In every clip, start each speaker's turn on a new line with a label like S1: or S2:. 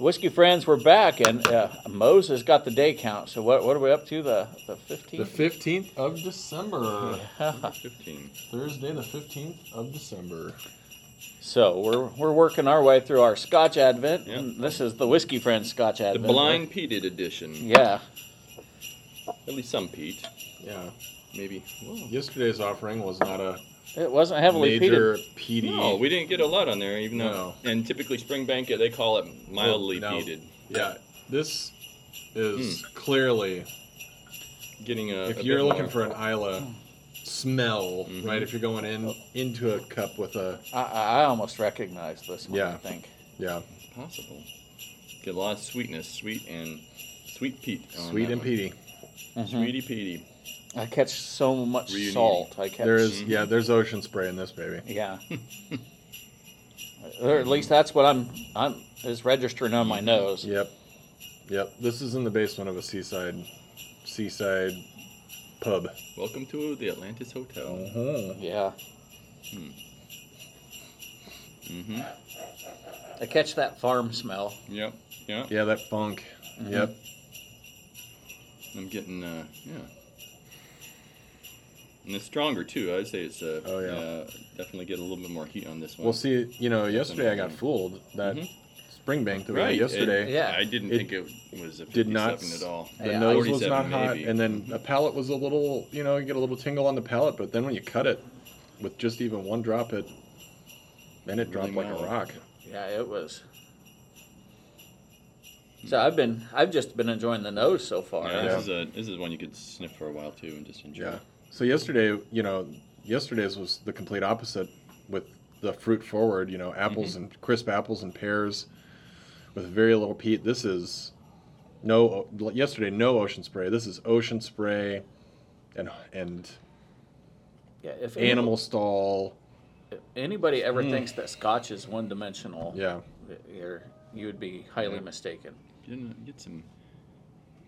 S1: Whiskey Friends, we're back, and uh, Moses got the day count. So what, what are we up to? The the
S2: The
S1: fifteenth.
S2: 15th of December.
S3: Fifteen.
S2: Thursday, the 15th of December.
S1: so we're we're working our way through our Scotch Advent.
S3: Yeah.
S1: and This is the Whiskey Friends Scotch
S3: The
S1: Advent.
S3: blind Peated edition.
S1: Yeah.
S3: At least some Pete,
S2: Yeah.
S3: maybe.
S2: Yesterday's offering was not a
S1: It wasn't heavily peated.
S2: major peaty.
S3: No, we didn't get a lot on there, even though. And typically Springbank, they call it mildly
S2: No.
S3: peated.
S2: Yeah. This is clearly,
S3: Getting Hmm. a.
S2: if
S3: a
S2: you're
S3: bit
S2: looking
S3: more. Hmm.
S2: for an Isla smell,
S3: Mhm.
S2: right? If you're going in into a cup with a
S1: I, I I almost recognize this one. I
S2: Yeah.
S1: think.
S2: yeah,
S3: possible. Get a lot of sweetness, sweet and sweet peat. on
S2: sweet
S3: that
S2: and
S3: one.
S2: peaty. Mm-hmm.
S3: Sweetie peaty.
S1: Mm-hmm. I catch so much
S3: Reunion.
S1: salt. I catch.
S2: There is yeah, there's ocean spray in this baby.
S1: Yeah. or at least that's what I'm. I'm is registering on my nose.
S2: Yep. Yep. This is in the basement of a seaside seaside pub.
S3: Welcome to the Atlantis Hotel.
S1: Yeah. I catch that farm smell.
S3: Mm-hmm.
S1: Mm-hmm.
S3: Yep. Yeah.
S2: Yeah, that funk.
S3: Mm-hmm.
S2: Yep.
S3: I'm getting uh yeah. And it's stronger too. I'd say it's uh,
S2: Oh, yeah.
S3: uh, definitely get a little bit more heat on this one.
S2: Well, see, you know, yesterday I got fooled that spring bank that we
S3: right
S2: had yesterday.
S3: It-
S1: Yeah.
S3: I didn't
S2: It
S3: think it was a 57
S2: did not
S3: at all.
S2: The
S1: Yeah,
S2: nose was
S3: 47
S2: not hot,
S3: maybe.
S2: and then the palate was a little, you know, you get a little tingle on the palate, but then when you cut it with just even one drop, it then it dropped
S3: Really
S2: like a
S3: mild.
S2: rock.
S1: Yeah, it was. So I've been, I've just been enjoying the nose so far.
S2: Yeah.
S3: yeah, This is a this is one you could sniff for a while too and just enjoy.
S2: Yeah. So yesterday, you know, yesterday's was the complete opposite with the fruit forward, you know, apples
S3: Mm-hmm.
S2: and crisp apples and pears with very little peat. This is no yesterday no ocean spray. This is ocean spray and and
S1: Yeah, if any-
S2: animal stall.
S1: anybody ever thinks that Scotch is one-dimensional,
S2: Yeah.
S1: you're, you would be highly mistaken.
S3: Didn't get some.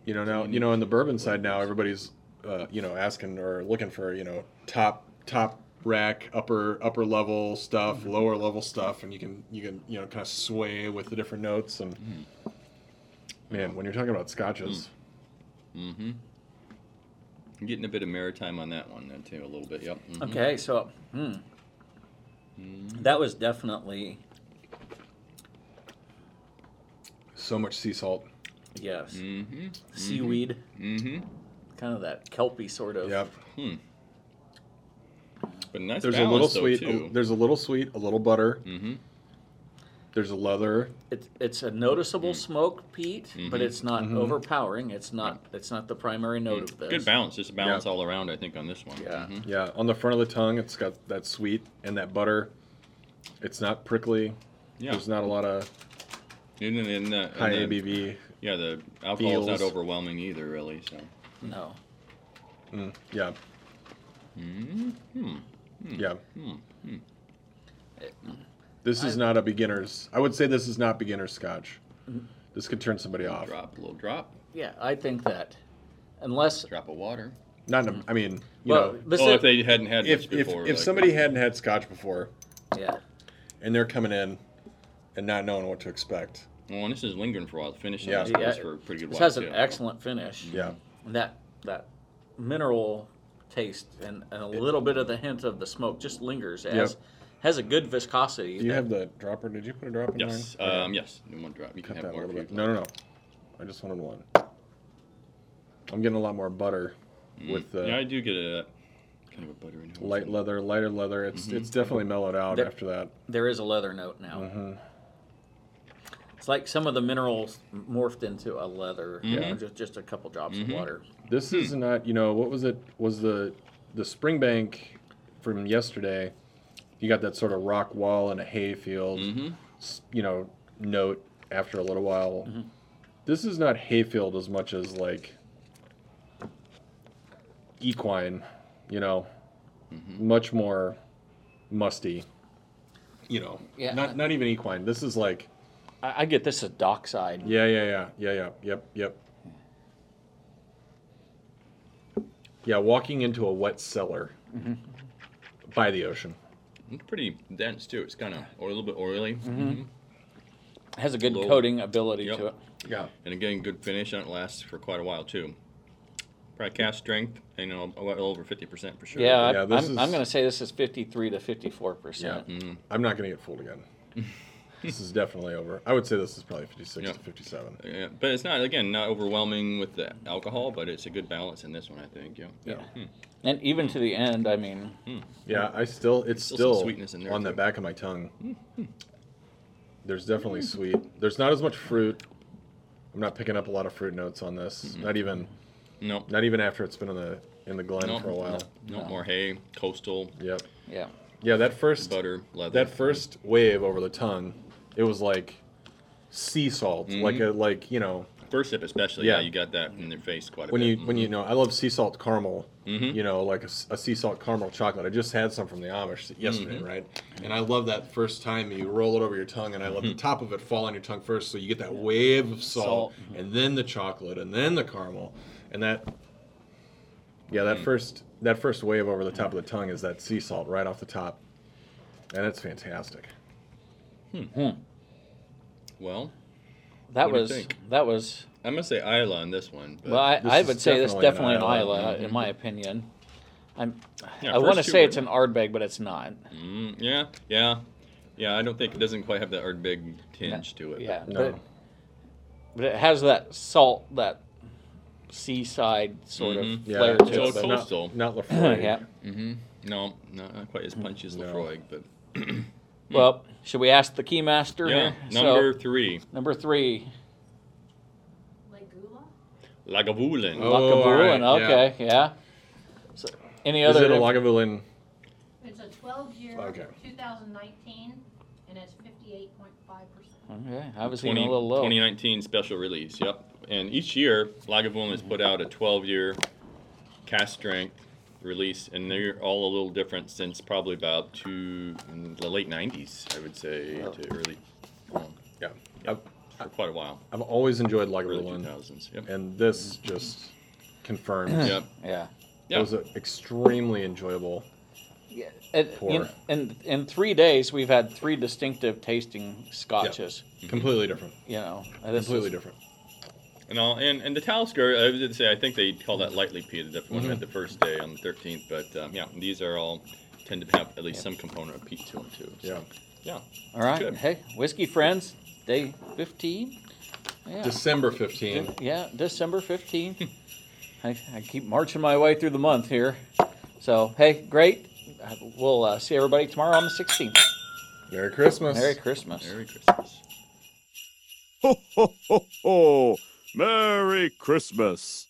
S2: You know now, you know, on the bourbon side now, everybody's uh, you know asking or looking for you know top top rack upper upper level stuff,
S3: Mm-hmm.
S2: lower level stuff, and you can you can you know kind of sway with the different notes and. Man, when you're talking about scotches,
S3: Mm. Mm-hmm. I'm getting a bit of maritime on that one then too, a little bit. Yep. mhm.
S1: Okay, so hmm, that was definitely
S2: so much sea salt.
S1: yes,
S3: Mm-hmm.
S1: seaweed,
S3: Mm-hmm. Hmm.
S1: kind of that kelpy sort of.
S2: Yep.
S3: But nice
S2: There's a
S3: balance,
S2: little
S3: though,
S2: sweet.
S3: too. Mm-hmm.
S2: there's a little sweet, a little butter.
S3: Mhm.
S2: There's a leather.
S1: It's it's a noticeable smoke, Pete, but it's not overpowering. It's not it's not the primary note of this.
S3: Mm. Good balance, just a balance
S2: Yeah.
S3: all around. I think on this one.
S1: Yeah.
S3: Mhm.
S2: Yeah, on the front of the tongue, it's got that sweet and that butter. It's not prickly.
S3: Yeah.
S2: There's not a lot of
S3: And then and the, and
S2: high
S3: the-
S2: ABV.
S3: Yeah, the alcohol's not
S2: feels.
S3: overwhelming either, really. So.
S1: No.
S2: Mm, yeah.
S3: Hmm.
S2: Yeah.
S3: Mm-hmm.
S2: This is not a beginner's. I would say this is not beginner's scotch. This could turn somebody off.
S3: Drop a little drop,
S1: Yeah, I think that unless
S3: drop of water.
S2: Not. In a, I mean, you
S1: well,
S2: know,
S1: this
S3: Well,
S1: is-
S3: if they hadn't had
S2: if
S3: much
S2: if,
S3: before,
S2: if
S3: like-
S2: somebody hadn't had scotch before
S1: yeah.
S2: and they're coming in and not knowing what to expect,
S3: well, and this is lingering for a while. The finish
S2: Yeah.
S3: on this goes
S1: Yeah.
S3: for a pretty good
S1: This
S3: while.
S1: has an
S3: too.
S1: excellent finish.
S2: yeah,
S1: And that that mineral taste and, and a little bit of the hint of the smoke just lingers as has a good viscosity.
S2: do you have the dropper? Did you put a drop in
S3: Yes.
S2: there?
S3: Um, yes. In one drop. You
S2: Cut
S3: can have
S2: that a
S3: more.
S2: little
S3: if
S2: bit.
S3: you'd
S2: No,
S3: like.
S2: no, no. I just wanted one. I'm getting a lot more butter with uh, the
S3: yeah, I do get a kind of a butter in here.
S2: light leather, lighter leather. It's it's definitely mellowed out
S1: There-
S2: after Mm-hmm. that. Uh-huh.
S1: there is a leather note now.
S2: Mm-hmm.
S1: It's like some of the minerals morphed into a leather. you
S3: Mm-hmm.
S1: know, just just a couple drops of water.
S2: This is not, you know, what was it? Was the the Springbank from yesterday? You got that sort of rock wall and a hayfield,
S3: Mm-hmm.
S2: s you know, note after a little while. This is not hayfield as much as like equine, you know, much more musty. You know,
S1: Yeah, I-
S2: not not even equine. This is like,
S1: I, I get this as dockside.
S2: yeah, yeah, yeah, yeah, yeah, yep, yep. Yeah, walking into a wet cellar by the ocean. Mm-hmm.
S3: Mm-hmm. It's pretty dense too. It's kind of or a little bit oily.
S1: has a good
S3: Low.
S1: coating ability
S3: Yep.
S1: to it.
S2: Yeah.
S3: And again, good finish, and it lasts for quite a while too. Probably cast strength, and you know, well over fifty percent for sure.
S1: Yeah,
S2: Yeah,
S1: I, I'm,
S2: this
S1: I'm
S2: is-
S1: going to say this is 53 to 54 percent.
S3: mm-hmm.
S2: I'm not going to get fooled again. this is definitely over. I would say this is probably 56
S3: Yeah.
S2: to 57.
S3: Yeah, but it's not again not overwhelming with the alcohol, but it's a good balance in this one, I think. Yeah. Hmm.
S2: Yeah.
S1: And even to the end, I mean,
S2: Yeah, I still it's
S3: Still
S2: still,
S3: some sweetness in there,
S2: on the
S3: too. Hmm,
S2: back of my tongue. There's definitely sweet. There's not as much fruit. I'm not picking up a lot of fruit notes on this.
S3: Mm-hmm.
S2: Not even
S3: No.
S2: not even after it's been in the in the glen
S3: No.
S2: for a while.
S3: No,
S1: No.
S3: more hay, coastal,
S2: Yep.
S1: yeah,
S2: Yeah, that first
S3: butter, leather.
S2: that first wave over the tongue, it was like sea salt,
S3: Mm-hmm.
S2: like a like you know
S3: first sip, especially. Yeah.
S2: Yeah.
S3: you got that in their face quite a
S2: when you
S3: bit. Mm-hmm.
S2: when you know I love sea salt caramel. You know, like a, s- a sea salt caramel chocolate. I just had some from the Amish yesterday,
S3: Mm-hmm.
S2: right? And I love that first time you roll it over your tongue, and I
S3: Mm-hmm.
S2: let the top of it fall on your tongue first, so you get that wave of salt,
S1: Salt.
S3: Mm-hmm.
S2: and then the chocolate, and then the caramel, and that. Yeah,
S3: Mm.
S2: that first that first wave over the top of the tongue is that sea salt right off the top, and it's fantastic.
S3: Well,
S1: that
S3: What do you
S1: was
S3: think?
S1: that was.
S3: I'm gonna say Isla on this one. But
S1: Well, I,
S2: this
S1: I
S2: is
S1: would say this
S2: definitely an
S1: definitely an
S2: Isla.
S1: Isla, in my opinion. I'm.
S3: Yeah,
S1: I want to
S3: first two
S1: say
S3: were-
S1: it's an Ardbeg, but it's not.
S3: Mm, yeah, yeah, yeah. I don't think it doesn't quite have that Erd big tinge to it.
S1: Yeah,
S2: No.
S1: but, but it has that salt, that seaside sort
S3: Mhm.
S1: of
S2: Yeah,
S1: flair
S2: it's
S1: to it.
S3: so
S2: but not-
S3: coastal.
S2: Not,
S1: yeah.
S2: Lafroy.
S3: No, not, not quite as punchy as
S2: No.
S3: Lefroy, but
S1: Well, should we ask the key master?
S3: Hmm. yeah.
S1: here?
S3: Number
S1: so,
S3: three,
S1: number three,
S4: Legula?
S3: Lagavulin.
S2: Oh, all
S1: Lackaboulin.
S2: right, yeah.
S1: Okay, yeah. So, any
S2: Is
S1: other?
S2: it a Lagavulin?
S4: It's a twelve year,
S2: Okay.
S4: two thousand nineteen, and it's fifty-eight point five percent.
S1: Okay, Mm, I was
S3: 20
S1: even a little low.
S3: 2019 special release. Yep. And each year, Lagavulin has put out a 12-year cast strength release, and they're all a little different since probably about two, in the late 90s, I would say, to early, well,
S2: Yeah, I've,
S3: for quite a while,
S2: I've always enjoyed
S3: early
S2: Lagavulin.
S3: 2000s. Yep.
S2: and this just confirms
S3: Yep.
S1: Yeah.
S2: it was an extremely enjoyable
S1: Yeah, and,
S2: Poor.
S1: in, in in three days we've had three distinctive tasting scotches.
S2: completely different
S1: You know, and Mm-hmm. this
S2: completely
S1: is-
S2: different
S3: And all, and, and the Talisker, I was gonna say, I think they call that lightly peated. If one had the first day on the 13th, but um, yeah, these are all tend to have at least some component of peat to them too.
S2: yeah
S3: So, yeah.
S1: All right,
S3: Good.
S1: hey, whiskey friends, day fifteen. Yeah,
S2: december 15
S1: yeah, December fifteenth. I, I keep marching my way through the month here. So hey, great. Uh, We'll uh, see everybody tomorrow on the sixteenth.
S2: merry christmas
S1: Merry Christmas.
S3: Merry Christmas.
S5: Ho, ho, ho, ho! Merry Christmas!